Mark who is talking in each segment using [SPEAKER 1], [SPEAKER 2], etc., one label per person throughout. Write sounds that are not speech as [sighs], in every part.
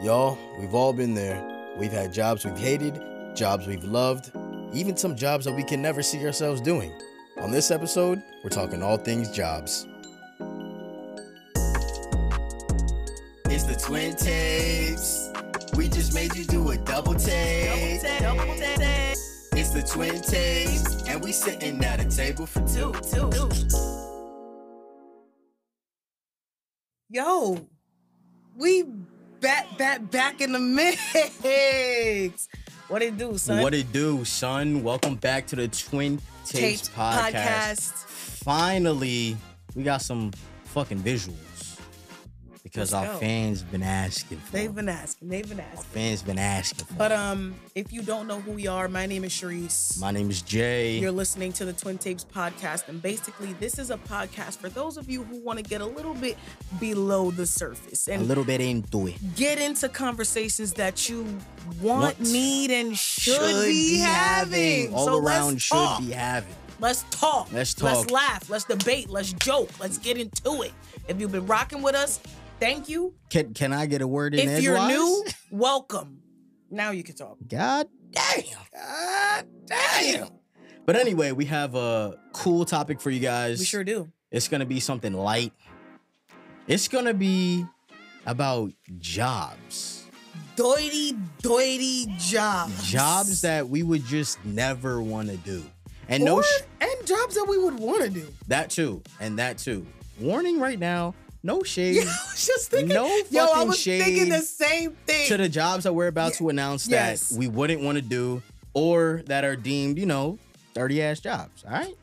[SPEAKER 1] Y'all, we've all been there. We've had jobs we've hated, jobs we've loved, even some jobs that we can never see ourselves doing. On this episode, we're talking all things jobs.
[SPEAKER 2] It's the twin tapes. We just made you do a double take. It's the twin tapes, and we sitting at a table for two. two, two.
[SPEAKER 3] Yo, we back, back, back in the mix. What it do, son?
[SPEAKER 2] What it do, son? Welcome back to the Twin Tapes,
[SPEAKER 3] Taped
[SPEAKER 2] podcast. Finally, we got some fucking visuals because
[SPEAKER 3] Let's
[SPEAKER 2] our
[SPEAKER 3] go.
[SPEAKER 2] fans been asking. For
[SPEAKER 3] They've
[SPEAKER 2] them.
[SPEAKER 3] been asking. They've been
[SPEAKER 2] Our
[SPEAKER 3] asking.
[SPEAKER 2] fans been asking. For
[SPEAKER 3] But
[SPEAKER 2] them.
[SPEAKER 3] um, if you don't know who we are, my name is Sharice.
[SPEAKER 2] my name is Jay.
[SPEAKER 3] You're listening to the Twin Tapes podcast, and basically, this is a podcast for those of you who want to get a little bit below the surface
[SPEAKER 2] a
[SPEAKER 3] and
[SPEAKER 2] little bit into it.
[SPEAKER 3] get into conversations that you want,
[SPEAKER 2] Want.
[SPEAKER 3] need, and should, be, having.
[SPEAKER 2] all
[SPEAKER 3] So let's
[SPEAKER 2] around should
[SPEAKER 3] talk.
[SPEAKER 2] be having.
[SPEAKER 3] Let's talk.
[SPEAKER 2] Let's talk.
[SPEAKER 3] Let's laugh. Let's debate. Let's joke. Let's get into it. If you've been rocking with us, thank you.
[SPEAKER 2] Can Can I get a word in?
[SPEAKER 3] if you're
[SPEAKER 2] edgewise? [laughs]
[SPEAKER 3] new, welcome. Now you can talk.
[SPEAKER 2] God damn. God damn. But anyway, we have a cool topic for you guys.
[SPEAKER 3] We sure do.
[SPEAKER 2] It's gonna be something light. It's gonna be about jobs.
[SPEAKER 3] Doity, doity jobs.
[SPEAKER 2] Jobs that we would just never wanna do. And no
[SPEAKER 3] Or-
[SPEAKER 2] sh-
[SPEAKER 3] and jobs that we would want to do. [laughs]
[SPEAKER 2] that too. And that too. Warning right now, no shade
[SPEAKER 3] Yeah, I was just thinking.
[SPEAKER 2] No
[SPEAKER 3] yo, I
[SPEAKER 2] fucking
[SPEAKER 3] was thinking the
[SPEAKER 2] shade
[SPEAKER 3] same thing.
[SPEAKER 2] to the jobs that we're about to announce
[SPEAKER 3] yes.
[SPEAKER 2] that we wouldn't wanna do or that are deemed, you know, dirty ass jobs. All right?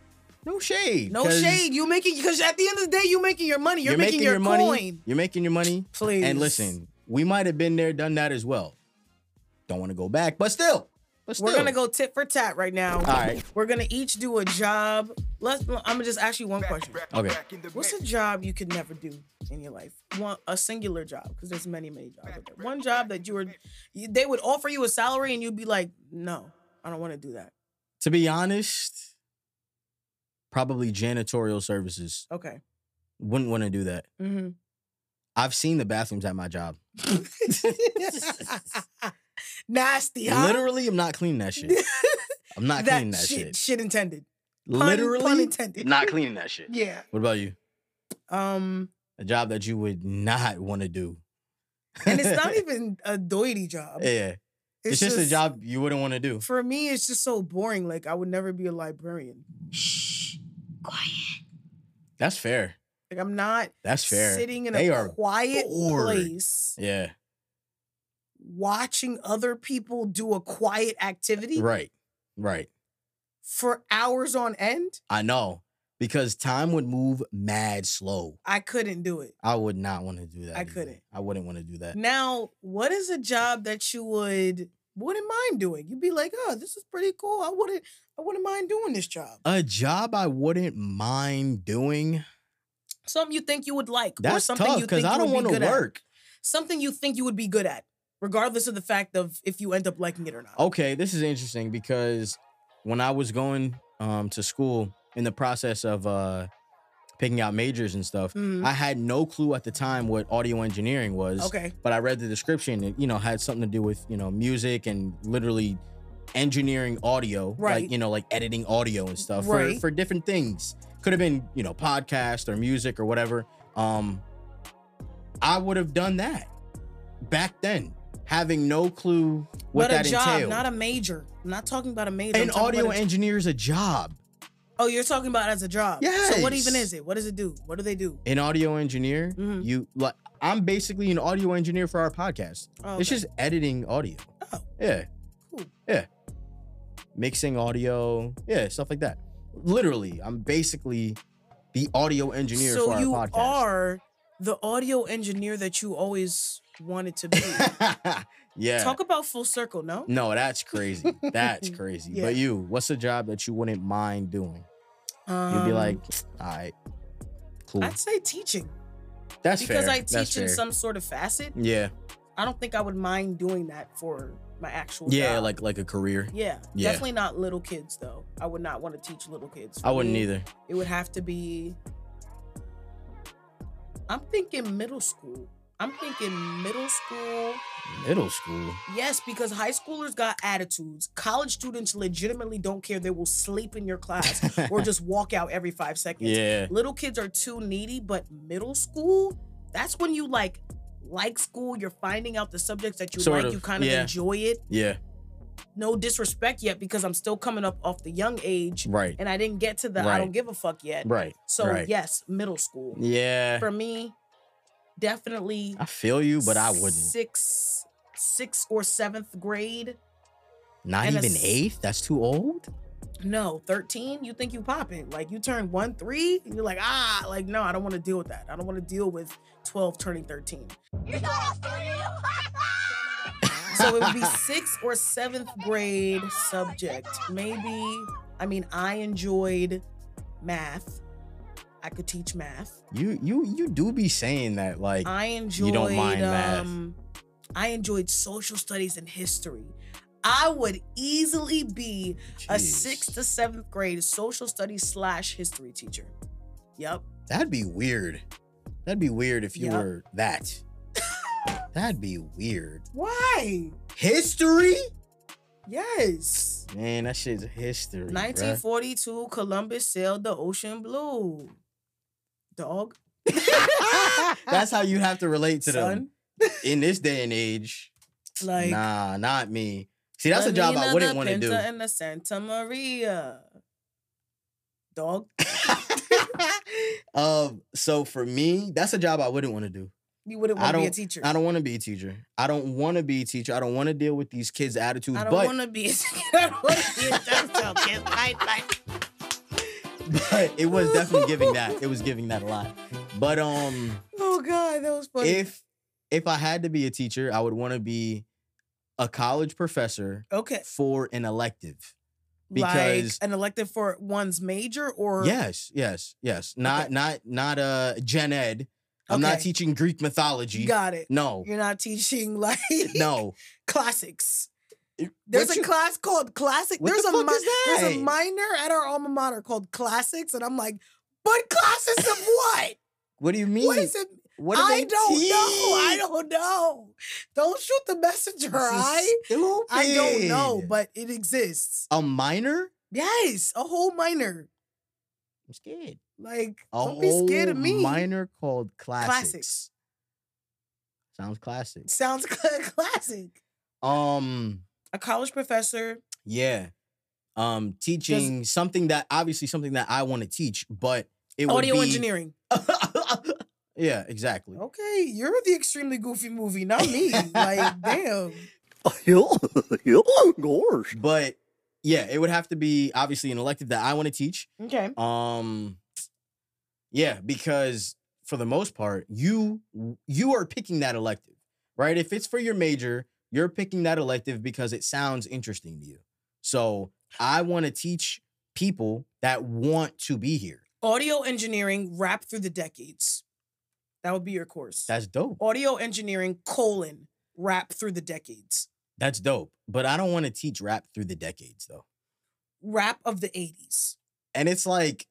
[SPEAKER 2] No shade.
[SPEAKER 3] no
[SPEAKER 2] 'cause-
[SPEAKER 3] shade. You making because at the end of the day, you making your money. You're, making, your,
[SPEAKER 2] money.
[SPEAKER 3] coin.
[SPEAKER 2] You're making your money.
[SPEAKER 3] Please.
[SPEAKER 2] And listen, we might have been there, done that as well. Don't want to go back, but still, but still,
[SPEAKER 3] We're gonna go tit for tat right now.
[SPEAKER 2] All right.
[SPEAKER 3] We're gonna each do a job. Let's. I'm gonna just ask you one question.
[SPEAKER 2] Okay.
[SPEAKER 3] What's a job you could never do in your life? One a singular job because there's many many jobs. Out there. One job that you were, you, they would offer you a salary and you'd be like, no, I don't want to do that.
[SPEAKER 2] To be honest, probably janitorial services
[SPEAKER 3] Okay.
[SPEAKER 2] wouldn't want to do that.
[SPEAKER 3] Mm-hmm. [laughs]
[SPEAKER 2] I've seen the bathrooms at my job.
[SPEAKER 3] Nasty, huh?
[SPEAKER 2] Literally, I'm not cleaning that
[SPEAKER 3] [laughs]
[SPEAKER 2] shit. I'm not cleaning
[SPEAKER 3] that
[SPEAKER 2] that
[SPEAKER 3] shit,
[SPEAKER 2] shit.
[SPEAKER 3] shit intended. Pun-
[SPEAKER 2] Literally,
[SPEAKER 3] pun intended.
[SPEAKER 2] not cleaning that shit.
[SPEAKER 3] yeah.
[SPEAKER 2] What about you?
[SPEAKER 3] Um,
[SPEAKER 2] A job that you would not want to do.
[SPEAKER 3] and it's
[SPEAKER 2] [laughs]
[SPEAKER 3] not even a doity job.
[SPEAKER 2] yeah, it's, just, a job you wouldn't want to do.
[SPEAKER 3] For me, it's just so boring. Like I would never be a librarian.
[SPEAKER 2] That's fair.
[SPEAKER 3] Like I'm not
[SPEAKER 2] That's fair.
[SPEAKER 3] sitting in
[SPEAKER 2] they
[SPEAKER 3] a
[SPEAKER 2] are
[SPEAKER 3] quiet
[SPEAKER 2] bored.
[SPEAKER 3] place
[SPEAKER 2] yeah
[SPEAKER 3] watching other people do a quiet activity
[SPEAKER 2] right right.
[SPEAKER 3] for hours on end.
[SPEAKER 2] I know because time would move mad slow.
[SPEAKER 3] I couldn't do it.
[SPEAKER 2] I would not want to do that.
[SPEAKER 3] I
[SPEAKER 2] either.
[SPEAKER 3] couldn't.
[SPEAKER 2] I wouldn't want to do that.
[SPEAKER 3] Now, what is a job that you would wouldn't mind doing? You'd be like, oh, this is pretty cool. I wouldn't I wouldn't mind doing this job.
[SPEAKER 2] A job I wouldn't mind doing.
[SPEAKER 3] Something you think you would like, or
[SPEAKER 2] That's
[SPEAKER 3] something
[SPEAKER 2] tough
[SPEAKER 3] you
[SPEAKER 2] because
[SPEAKER 3] think
[SPEAKER 2] I
[SPEAKER 3] you
[SPEAKER 2] don't
[SPEAKER 3] would
[SPEAKER 2] want
[SPEAKER 3] be
[SPEAKER 2] to
[SPEAKER 3] good
[SPEAKER 2] work.
[SPEAKER 3] at. Something you think you would be good at, regardless of the fact of if you end up liking it or not.
[SPEAKER 2] Okay, this is interesting because when I was going um, to school in the process of uh, picking out majors and stuff,
[SPEAKER 3] Mhm.
[SPEAKER 2] I had no clue at the time what audio engineering was.
[SPEAKER 3] okay.
[SPEAKER 2] but I read the description. It, you know, had something to do with you know music and literally engineering audio,
[SPEAKER 3] Right.
[SPEAKER 2] Like you know, like editing audio and stuff
[SPEAKER 3] Right.
[SPEAKER 2] for for different things. Could have been you know podcast or music or whatever. Um, I would have done that back then, having no clue what
[SPEAKER 3] but
[SPEAKER 2] that
[SPEAKER 3] a job,
[SPEAKER 2] entailed.
[SPEAKER 3] not a major. I'm not talking about a major. I'm
[SPEAKER 2] An
[SPEAKER 3] talking
[SPEAKER 2] audio
[SPEAKER 3] about a-
[SPEAKER 2] engineer is a job.
[SPEAKER 3] Oh, you're talking about as a job. So what even
[SPEAKER 2] Yes.
[SPEAKER 3] is it? What does it do? What do they do?
[SPEAKER 2] An audio engineer,
[SPEAKER 3] Mhm.
[SPEAKER 2] you like. I'm basically an audio engineer for our podcast.
[SPEAKER 3] Oh,
[SPEAKER 2] It's
[SPEAKER 3] okay.
[SPEAKER 2] just editing audio.
[SPEAKER 3] Oh.
[SPEAKER 2] Yeah.
[SPEAKER 3] Cool.
[SPEAKER 2] Yeah. Mixing audio. Yeah, stuff like that. Literally, I'm basically the audio engineer
[SPEAKER 3] so
[SPEAKER 2] for our
[SPEAKER 3] you
[SPEAKER 2] podcast.
[SPEAKER 3] are the audio engineer that you always wanted to be.
[SPEAKER 2] [laughs] yeah.
[SPEAKER 3] Talk about full circle, no?
[SPEAKER 2] no, that's crazy. That's crazy.
[SPEAKER 3] Yeah.
[SPEAKER 2] But you, what's a job that you wouldn't mind doing? You'd
[SPEAKER 3] Um,
[SPEAKER 2] be like, all right, cool.
[SPEAKER 3] I'd say teaching
[SPEAKER 2] that's
[SPEAKER 3] because
[SPEAKER 2] fair.
[SPEAKER 3] I
[SPEAKER 2] that's
[SPEAKER 3] teach in
[SPEAKER 2] fair. Mm.
[SPEAKER 3] some sort of facet.
[SPEAKER 2] Yeah.
[SPEAKER 3] I don't think I would mind doing that for my actual.
[SPEAKER 2] Yeah,
[SPEAKER 3] job.
[SPEAKER 2] like like a career.
[SPEAKER 3] Yeah,
[SPEAKER 2] Yeah.
[SPEAKER 3] definitely not little kids though. I would not want to teach little kids.
[SPEAKER 2] I wouldn't
[SPEAKER 3] either.
[SPEAKER 2] either.
[SPEAKER 3] It would have to be. I'm thinking middle school. I'm thinking middle school.
[SPEAKER 2] Middle school.
[SPEAKER 3] Yes, because high schoolers got attitudes. College students legitimately don't care. They will sleep in your class or just walk out every five
[SPEAKER 2] [laughs]
[SPEAKER 3] seconds.
[SPEAKER 2] yeah.
[SPEAKER 3] Little kids are too needy, but middle school, that's when you like like school. You're finding out the subjects that you
[SPEAKER 2] Sort
[SPEAKER 3] like.
[SPEAKER 2] of,
[SPEAKER 3] You kind of
[SPEAKER 2] yeah.
[SPEAKER 3] enjoy it.
[SPEAKER 2] Yeah.
[SPEAKER 3] No disrespect yet, because I'm still coming up off the young age
[SPEAKER 2] Right.
[SPEAKER 3] [laughs] and I didn't get to the I
[SPEAKER 2] Right.
[SPEAKER 3] don't give a fuck yet.
[SPEAKER 2] Right.
[SPEAKER 3] So
[SPEAKER 2] right.
[SPEAKER 3] yes, middle school.
[SPEAKER 2] Yeah.
[SPEAKER 3] For me, definitely
[SPEAKER 2] I feel you, but I wouldn't.
[SPEAKER 3] Six, sixth or seventh grade.
[SPEAKER 2] Not
[SPEAKER 3] and a
[SPEAKER 2] even
[SPEAKER 3] s-
[SPEAKER 2] eighth? That's too old?
[SPEAKER 3] No, thirteen. You think you pop it? Like you turn one three, you're like ah, like no, I don't want to deal with that. I don't want to deal with twelve turning thirteen.
[SPEAKER 4] You thought I was kidding you? [laughs]
[SPEAKER 3] So it would be sixth or seventh grade subject. Maybe. I mean, I enjoyed math. I could teach math.
[SPEAKER 2] You you you do be saying that [laughs] like
[SPEAKER 3] I enjoyed.
[SPEAKER 2] you don't mind math.
[SPEAKER 3] um, I enjoyed social studies and history. I would easily be a
[SPEAKER 2] jeez.
[SPEAKER 3] sixth to seventh grade social studies slash history teacher. Yep.
[SPEAKER 2] That'd be weird. That'd be weird if you
[SPEAKER 3] Yup.
[SPEAKER 2] were that. That'd be weird.
[SPEAKER 3] Why?
[SPEAKER 2] History?
[SPEAKER 3] Yes.
[SPEAKER 2] Man, that shit's history. bruh.
[SPEAKER 3] [laughs] 1942, Columbus sailed the ocean blue. Dog.
[SPEAKER 2] [laughs]
[SPEAKER 3] [laughs]
[SPEAKER 2] That's how you have to relate to them.
[SPEAKER 3] Son.
[SPEAKER 2] in this day and age,
[SPEAKER 3] Like
[SPEAKER 2] nah, not me. See, that's a job I
[SPEAKER 3] Lenina
[SPEAKER 2] wouldn't
[SPEAKER 3] the
[SPEAKER 2] want to
[SPEAKER 3] Pinta
[SPEAKER 2] do. [laughs]
[SPEAKER 3] And the Santa Maria. Dog.
[SPEAKER 2] um, so for me, that's a job I wouldn't want to do.
[SPEAKER 3] You wouldn't
[SPEAKER 2] I
[SPEAKER 3] want to be a
[SPEAKER 2] don't-
[SPEAKER 3] teacher.
[SPEAKER 2] I don't want to be a teacher. I don't want to be a teacher. I don't want to deal with these kids' attitudes.
[SPEAKER 3] I don't
[SPEAKER 2] but,
[SPEAKER 3] want to be a I don't want to be a [laughs] doctor, okay? Right, right.
[SPEAKER 2] [laughs] but it was definitely
[SPEAKER 3] [laughs]
[SPEAKER 2] giving that. It was giving that a lot. But um,
[SPEAKER 3] Oh God, that was funny.
[SPEAKER 2] if if I had to be a teacher, I would want to be a college professor
[SPEAKER 3] okay.
[SPEAKER 2] for an elective.
[SPEAKER 3] like
[SPEAKER 2] because-
[SPEAKER 3] an elective for one's major or
[SPEAKER 2] Yes, yes, yes. Not
[SPEAKER 3] Okay.
[SPEAKER 2] not not uh gen ed. I'm not
[SPEAKER 3] Okay.
[SPEAKER 2] teaching Greek mythology.
[SPEAKER 3] got it. [laughs]
[SPEAKER 2] No.
[SPEAKER 3] You're not teaching like
[SPEAKER 2] No.
[SPEAKER 3] classics. There's
[SPEAKER 2] What
[SPEAKER 3] a
[SPEAKER 2] you-
[SPEAKER 3] class called classic.
[SPEAKER 2] What
[SPEAKER 3] there's
[SPEAKER 2] the
[SPEAKER 3] a
[SPEAKER 2] fuck
[SPEAKER 3] mi-
[SPEAKER 2] is
[SPEAKER 3] there's a
[SPEAKER 2] that?
[SPEAKER 3] minor at our alma mater called classics, and I'm like, but
[SPEAKER 2] [laughs]
[SPEAKER 3] classes of what?
[SPEAKER 2] What do you mean?
[SPEAKER 3] What is it?
[SPEAKER 2] What do
[SPEAKER 3] I
[SPEAKER 2] they
[SPEAKER 3] don't know. I
[SPEAKER 2] teach?
[SPEAKER 3] don't know. Don't shoot the messenger. I
[SPEAKER 2] This is
[SPEAKER 3] I don't know,
[SPEAKER 2] stupid.
[SPEAKER 3] but it exists.
[SPEAKER 2] a minor?
[SPEAKER 3] Yes, a whole minor.
[SPEAKER 2] I'm scared.
[SPEAKER 3] Like
[SPEAKER 2] A
[SPEAKER 3] don't be scared of
[SPEAKER 2] whole
[SPEAKER 3] me.
[SPEAKER 2] Minor Oh, called classics.
[SPEAKER 3] Classics.
[SPEAKER 2] Sounds classic.
[SPEAKER 3] Sounds [laughs] classic.
[SPEAKER 2] Um.
[SPEAKER 3] A college professor
[SPEAKER 2] Yeah. Um. Teaching something that obviously something that I want to teach, but it would
[SPEAKER 3] audio
[SPEAKER 2] be-
[SPEAKER 3] engineering.
[SPEAKER 2] [laughs] yeah. Exactly.
[SPEAKER 3] Okay, you're the extremely goofy movie, not
[SPEAKER 2] [laughs]
[SPEAKER 3] me. like, damn.
[SPEAKER 5] Gosh.
[SPEAKER 2] But yeah, it would have to be obviously an elective that I want to teach.
[SPEAKER 3] Okay.
[SPEAKER 2] Um yeah, because for the most part, you you are picking that elective, right? If it's for your major, you're picking that elective because it sounds interesting to you. So, I want to teach people that want to be here.
[SPEAKER 3] Audio engineering wrapped through the decades. That would be your course.
[SPEAKER 2] That's dope.
[SPEAKER 3] Audio engineering colon wrap through the decades.
[SPEAKER 2] That's dope. But I don't want to teach rap through the decades though.
[SPEAKER 3] Rap of the 80s.
[SPEAKER 2] And it's like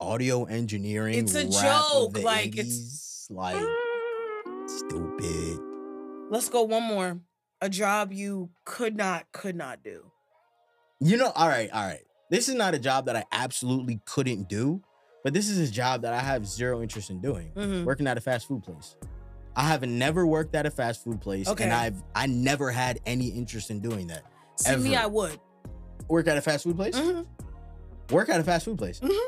[SPEAKER 2] audio engineering.
[SPEAKER 3] It's a
[SPEAKER 2] rap
[SPEAKER 3] joke,
[SPEAKER 2] of the
[SPEAKER 3] like, it's-
[SPEAKER 2] 80s,
[SPEAKER 3] Mm.
[SPEAKER 2] like stupid.
[SPEAKER 3] Let's go one more. A job you could not, could not do.
[SPEAKER 2] You know, all right, all right. This is not a job that I absolutely couldn't do, but this is a job that I have zero interest in doing.
[SPEAKER 3] Mhm.
[SPEAKER 2] Working at a fast food place. I have never worked at a fast food place,
[SPEAKER 3] Okay.
[SPEAKER 2] and I've I never had any interest in doing that.
[SPEAKER 3] See me,
[SPEAKER 2] Ever.
[SPEAKER 3] I would.
[SPEAKER 2] Work at a fast food place.
[SPEAKER 3] Mhm.
[SPEAKER 2] Work at a fast food place.
[SPEAKER 3] Mhm.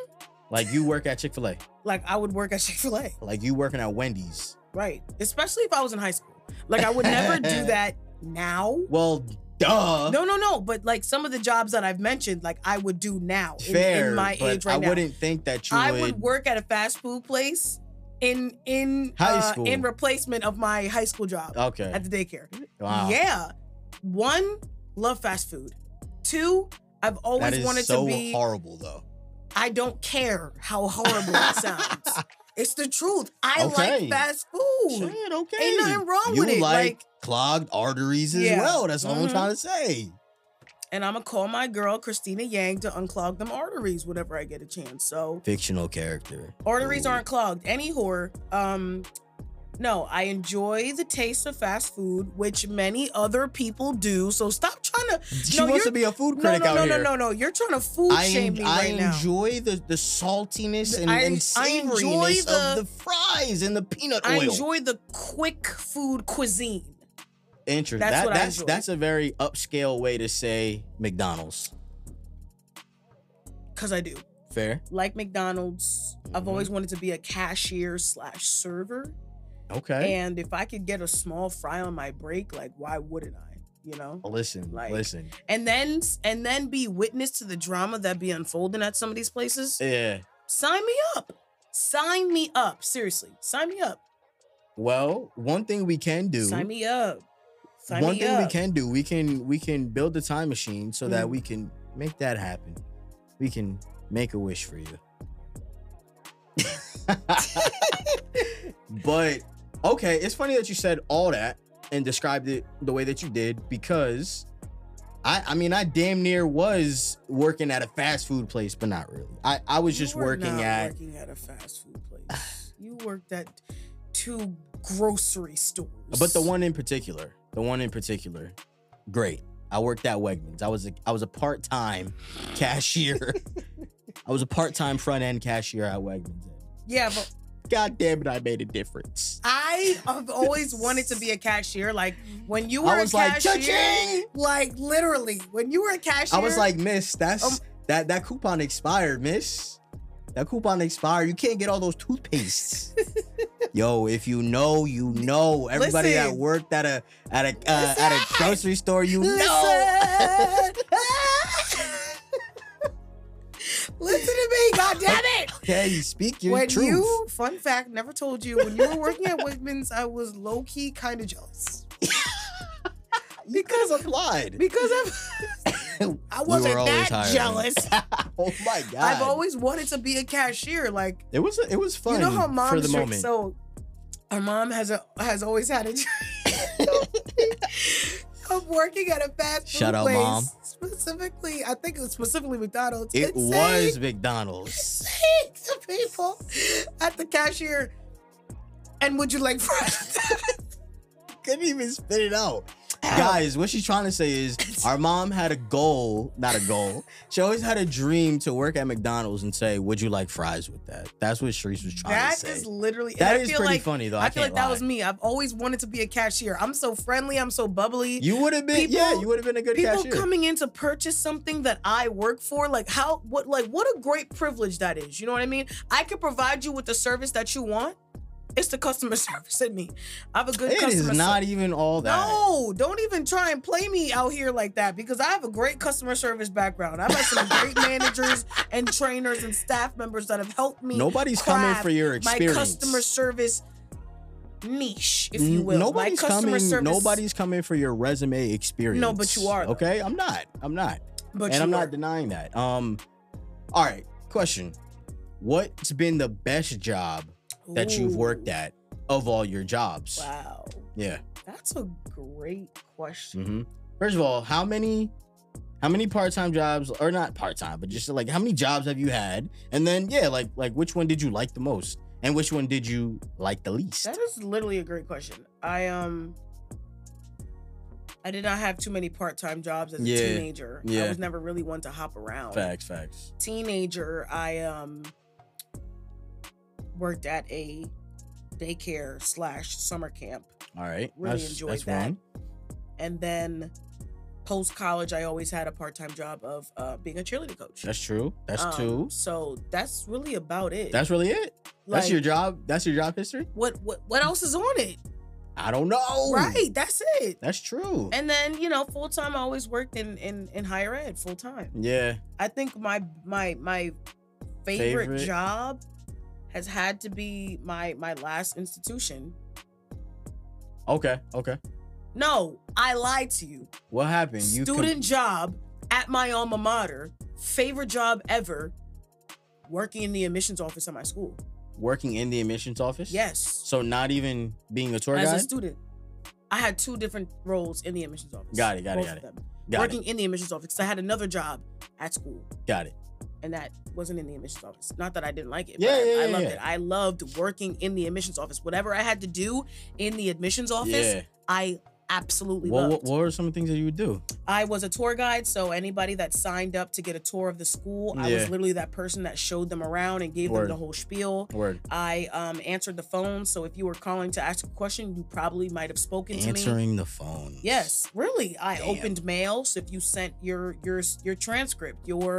[SPEAKER 2] Like you work at Chick Fil A.
[SPEAKER 3] Like, I would work at [laughs] Chick fil A.
[SPEAKER 2] Like you working at Wendy's.
[SPEAKER 3] Right. Especially if I was in high school. Like, I would
[SPEAKER 2] [laughs]
[SPEAKER 3] never do that now.
[SPEAKER 2] Well, duh.
[SPEAKER 3] No, no, no. But like some of the jobs that I've mentioned, like I would do now in-
[SPEAKER 2] fair.
[SPEAKER 3] in, my
[SPEAKER 2] but
[SPEAKER 3] age right
[SPEAKER 2] I
[SPEAKER 3] now.
[SPEAKER 2] wouldn't think that you
[SPEAKER 3] I
[SPEAKER 2] would.
[SPEAKER 3] would work at a fast food place in in
[SPEAKER 2] High
[SPEAKER 3] uh,
[SPEAKER 2] school.
[SPEAKER 3] in replacement of my high school job
[SPEAKER 2] okay.
[SPEAKER 3] at the daycare.
[SPEAKER 2] wow.
[SPEAKER 3] Yeah. One, love fast food. Two, I've
[SPEAKER 2] that
[SPEAKER 3] always
[SPEAKER 2] is
[SPEAKER 3] wanted
[SPEAKER 2] so
[SPEAKER 3] to be
[SPEAKER 2] horrible though.
[SPEAKER 3] I don't care how horrible it sounds.
[SPEAKER 2] [laughs]
[SPEAKER 3] It's the truth. I
[SPEAKER 2] Okay.
[SPEAKER 3] like fast food.
[SPEAKER 2] Shit, okay.
[SPEAKER 3] Ain't nothing wrong
[SPEAKER 2] you
[SPEAKER 3] with it.
[SPEAKER 2] like,
[SPEAKER 3] Like
[SPEAKER 2] clogged arteries as
[SPEAKER 3] Yeah.
[SPEAKER 2] well. That's all
[SPEAKER 3] Mhm.
[SPEAKER 2] I'm trying to say.
[SPEAKER 3] and I'm gonna call my girl Christina Yang to unclog them arteries whenever I get a chance. So
[SPEAKER 2] Fictional character.
[SPEAKER 3] Arteries
[SPEAKER 2] Ooh.
[SPEAKER 3] aren't clogged. Any whore. Um, No, I enjoy the taste of fast food, which many other people do. So stop trying to.
[SPEAKER 2] She
[SPEAKER 3] No,
[SPEAKER 2] wants
[SPEAKER 3] you're-
[SPEAKER 2] to be a food
[SPEAKER 3] No, no,
[SPEAKER 2] critic out
[SPEAKER 3] no,
[SPEAKER 2] here.
[SPEAKER 3] no, no, no. You're trying to food
[SPEAKER 2] I,
[SPEAKER 3] shame
[SPEAKER 2] en-
[SPEAKER 3] me
[SPEAKER 2] I
[SPEAKER 3] right now.
[SPEAKER 2] enjoy the, the saltiness and,
[SPEAKER 3] I-
[SPEAKER 2] and
[SPEAKER 3] I enjoy
[SPEAKER 2] savoriness
[SPEAKER 3] the-
[SPEAKER 2] of the fries and the peanut oil.
[SPEAKER 3] I enjoy the quick food cuisine.
[SPEAKER 2] Interesting.
[SPEAKER 3] that's
[SPEAKER 2] That,
[SPEAKER 3] what I
[SPEAKER 2] that's
[SPEAKER 3] enjoy.
[SPEAKER 2] that's a very upscale way to say McDonald's.
[SPEAKER 3] Cause I do.
[SPEAKER 2] Fair.
[SPEAKER 3] Like McDonald's, I've
[SPEAKER 2] Mhm.
[SPEAKER 3] always wanted to be a cashier slash server.
[SPEAKER 2] Okay.
[SPEAKER 3] And if I could get a small fry on my break, like why wouldn't I? You know?
[SPEAKER 2] listen,
[SPEAKER 3] like-
[SPEAKER 2] listen.
[SPEAKER 3] And then and then be witness to the drama that be unfolding at some of these places.
[SPEAKER 2] Yeah.
[SPEAKER 3] Sign me up. Sign me up. Seriously. Sign me up.
[SPEAKER 2] Well, one thing we can do.
[SPEAKER 3] Sign me up. Sign
[SPEAKER 2] one
[SPEAKER 3] me
[SPEAKER 2] thing we
[SPEAKER 3] up.
[SPEAKER 2] can do, we can we can build the time machine so that
[SPEAKER 3] Mhm.
[SPEAKER 2] we can make that happen. We can make a wish for
[SPEAKER 3] [laughs]
[SPEAKER 2] you. but okay, it's funny that you said all that and described it the way that you did because I I mean I damn near was working at a fast food place, but not really. I I was just
[SPEAKER 3] You were
[SPEAKER 2] working
[SPEAKER 3] not
[SPEAKER 2] at
[SPEAKER 3] working at a fast food place. you worked at two grocery stores.
[SPEAKER 2] But the one in particular, the one in particular, great. I worked at Wegmans. I was a I was a part time
[SPEAKER 3] [laughs]
[SPEAKER 2] cashier. I was a part time front end cashier at Wegmans.
[SPEAKER 3] Yeah, but
[SPEAKER 2] God damn it, I made a difference.
[SPEAKER 3] I have always wanted to be a cashier. Like when you were
[SPEAKER 2] I was
[SPEAKER 3] a
[SPEAKER 2] like,
[SPEAKER 3] cashier,
[SPEAKER 2] "Cha-ching!"
[SPEAKER 3] like literally, when you were a cashier,
[SPEAKER 2] I was like, Miss, that's
[SPEAKER 3] Um,
[SPEAKER 2] that that coupon expired, Miss. That coupon expired. You can't get all those
[SPEAKER 3] [laughs]
[SPEAKER 2] toothpastes. Yo, if you know, you know. Everybody that
[SPEAKER 3] Listen.
[SPEAKER 2] worked at a at a uh, at a
[SPEAKER 3] Listen.
[SPEAKER 2] grocery store, you know.
[SPEAKER 3] Listen. [laughs] Listen to me, God damn it!
[SPEAKER 2] okay, speak your
[SPEAKER 3] when
[SPEAKER 2] truth.
[SPEAKER 3] you, fun fact, never told you, when you were working at Wegmans, I was low key kind of jealous because of
[SPEAKER 2] applied.
[SPEAKER 3] [laughs] because
[SPEAKER 2] [laughs]
[SPEAKER 3] of I wasn't
[SPEAKER 2] always
[SPEAKER 3] that
[SPEAKER 2] hiring.
[SPEAKER 3] jealous.
[SPEAKER 2] oh my god!
[SPEAKER 3] I've always wanted to be a cashier, like.
[SPEAKER 2] it was it was fun.
[SPEAKER 3] You know how moms
[SPEAKER 2] for the
[SPEAKER 3] drink
[SPEAKER 2] moment.
[SPEAKER 3] so our mom has a has always had
[SPEAKER 2] [laughs]
[SPEAKER 3] a dream of working at a fast food
[SPEAKER 2] Shout out,
[SPEAKER 3] place.
[SPEAKER 2] Mom.
[SPEAKER 3] Specifically, I think it was specifically McDonald's.
[SPEAKER 2] it
[SPEAKER 3] and
[SPEAKER 2] was
[SPEAKER 3] saying
[SPEAKER 2] McDonald's.
[SPEAKER 3] [laughs] to people at the cashier. And would you
[SPEAKER 2] [laughs]
[SPEAKER 3] like fries?
[SPEAKER 2] Couldn't even spit it out. Guys, what she's trying to say
[SPEAKER 3] [laughs]
[SPEAKER 2] is our mom had a goal, not a goal. She always had a dream to work at McDonald's and say, "Would you like fries with that?" That's what Sharice was trying
[SPEAKER 3] that
[SPEAKER 2] to say.
[SPEAKER 3] is literally and
[SPEAKER 2] that
[SPEAKER 3] I
[SPEAKER 2] is
[SPEAKER 3] feel
[SPEAKER 2] pretty
[SPEAKER 3] like,
[SPEAKER 2] funny though. I,
[SPEAKER 3] I feel
[SPEAKER 2] can't
[SPEAKER 3] like that
[SPEAKER 2] lie.
[SPEAKER 3] was me. I've always wanted to be a cashier. I'm so friendly. I'm so bubbly.
[SPEAKER 2] You would have been, yeah,
[SPEAKER 3] People-
[SPEAKER 2] you would have been a good
[SPEAKER 3] people
[SPEAKER 2] cashier.
[SPEAKER 3] coming in to purchase something that I work for, like how what like what a great privilege that is. You know what I mean? I can provide you with the service that you want. It's the customer [laughs] service in me. I have a good
[SPEAKER 2] it
[SPEAKER 3] customer
[SPEAKER 2] is
[SPEAKER 3] ser-
[SPEAKER 2] not even all that.
[SPEAKER 3] No, don't even try and play me out here like that because I have a great customer service background. I've had some
[SPEAKER 2] [laughs]
[SPEAKER 3] great managers and trainers and staff members that have helped me.
[SPEAKER 2] Nobody's coming
[SPEAKER 3] craft
[SPEAKER 2] for your
[SPEAKER 3] my
[SPEAKER 2] experience.
[SPEAKER 3] customer service niche, if you
[SPEAKER 2] N-
[SPEAKER 3] will.
[SPEAKER 2] Nobody's
[SPEAKER 3] my customer
[SPEAKER 2] coming.
[SPEAKER 3] service.
[SPEAKER 2] Nobody's coming for your resume experience.
[SPEAKER 3] No, but you are, though.
[SPEAKER 2] Okay, I'm not. I'm not,
[SPEAKER 3] but
[SPEAKER 2] and
[SPEAKER 3] you
[SPEAKER 2] I'm
[SPEAKER 3] are.
[SPEAKER 2] not denying that. Um, all right. Question: What's been the best job that you've worked
[SPEAKER 3] Ooh,
[SPEAKER 2] at of all your jobs?
[SPEAKER 3] Wow.
[SPEAKER 2] Yeah.
[SPEAKER 3] That's a great question.
[SPEAKER 2] hmm First of all, how many? How many part-time jobs, or not part-time, but just like how many jobs have you had? And then, yeah, like like which one did you like the most, and which one did you like the least?
[SPEAKER 3] That is literally a great question. I um I did not have too many part-time jobs as a
[SPEAKER 2] Yeah,
[SPEAKER 3] teenager.
[SPEAKER 2] yeah.
[SPEAKER 3] I was never really one to hop around.
[SPEAKER 2] Facts, facts.
[SPEAKER 3] Teenager, I um worked at a daycare slash summer camp.
[SPEAKER 2] All right,
[SPEAKER 3] Really
[SPEAKER 2] that's,
[SPEAKER 3] enjoyed
[SPEAKER 2] that's
[SPEAKER 3] that.
[SPEAKER 2] one.
[SPEAKER 3] And then post college I always had a part-time job of uh being a cheerleading coach.
[SPEAKER 2] That's true. That's
[SPEAKER 3] Um,
[SPEAKER 2] two.
[SPEAKER 3] So that's really about it.
[SPEAKER 2] That's really it. that's
[SPEAKER 3] Like,
[SPEAKER 2] your job. That's your job history.
[SPEAKER 3] what what what else is on it?
[SPEAKER 2] I don't know.
[SPEAKER 3] Right, that's it.
[SPEAKER 2] That's true.
[SPEAKER 3] And then you know, full time. I always worked in in in higher ed full time.
[SPEAKER 2] yeah.
[SPEAKER 3] I think my my my favorite,
[SPEAKER 2] Favorite?
[SPEAKER 3] job has had to be my my last institution.
[SPEAKER 2] Okay. Okay.
[SPEAKER 3] No, I lied to you.
[SPEAKER 2] What happened? You com-
[SPEAKER 3] Student job at my alma mater. Favorite job ever. Working in the admissions office at my school.
[SPEAKER 2] working in the admissions office?
[SPEAKER 3] Yes,
[SPEAKER 2] So not even being a tour
[SPEAKER 3] as a
[SPEAKER 2] guide.
[SPEAKER 3] student, I had two different roles in the admissions office.
[SPEAKER 2] Got it, got it,
[SPEAKER 3] both
[SPEAKER 2] got
[SPEAKER 3] of them.
[SPEAKER 2] got
[SPEAKER 3] Working in the admissions office. 'cause I had another job at school.
[SPEAKER 2] it. Got it.
[SPEAKER 3] and that wasn't in the admissions office. Not that I didn't like it,
[SPEAKER 2] Yeah,
[SPEAKER 3] but I-
[SPEAKER 2] yeah,
[SPEAKER 3] I
[SPEAKER 2] yeah,
[SPEAKER 3] loved
[SPEAKER 2] yeah.
[SPEAKER 3] it. I loved working in the admissions office. Whatever I had to do in the admissions office,
[SPEAKER 2] Yeah.
[SPEAKER 3] I absolutely
[SPEAKER 2] What, what
[SPEAKER 3] loved.
[SPEAKER 2] what are some things that you would do?
[SPEAKER 3] I was a tour guide, so anybody that signed up to get a tour of the school, I was
[SPEAKER 2] Yeah.
[SPEAKER 3] literally that person that showed them around and gave them
[SPEAKER 2] Word.
[SPEAKER 3] the whole spiel.
[SPEAKER 2] Word.
[SPEAKER 3] I um, answered the phone, so if you were calling to ask a question, you probably might have spoken to me.
[SPEAKER 2] Answering the phone.
[SPEAKER 3] Yes, really. I
[SPEAKER 2] Damn.
[SPEAKER 3] opened mail, so if you sent your your your transcript, your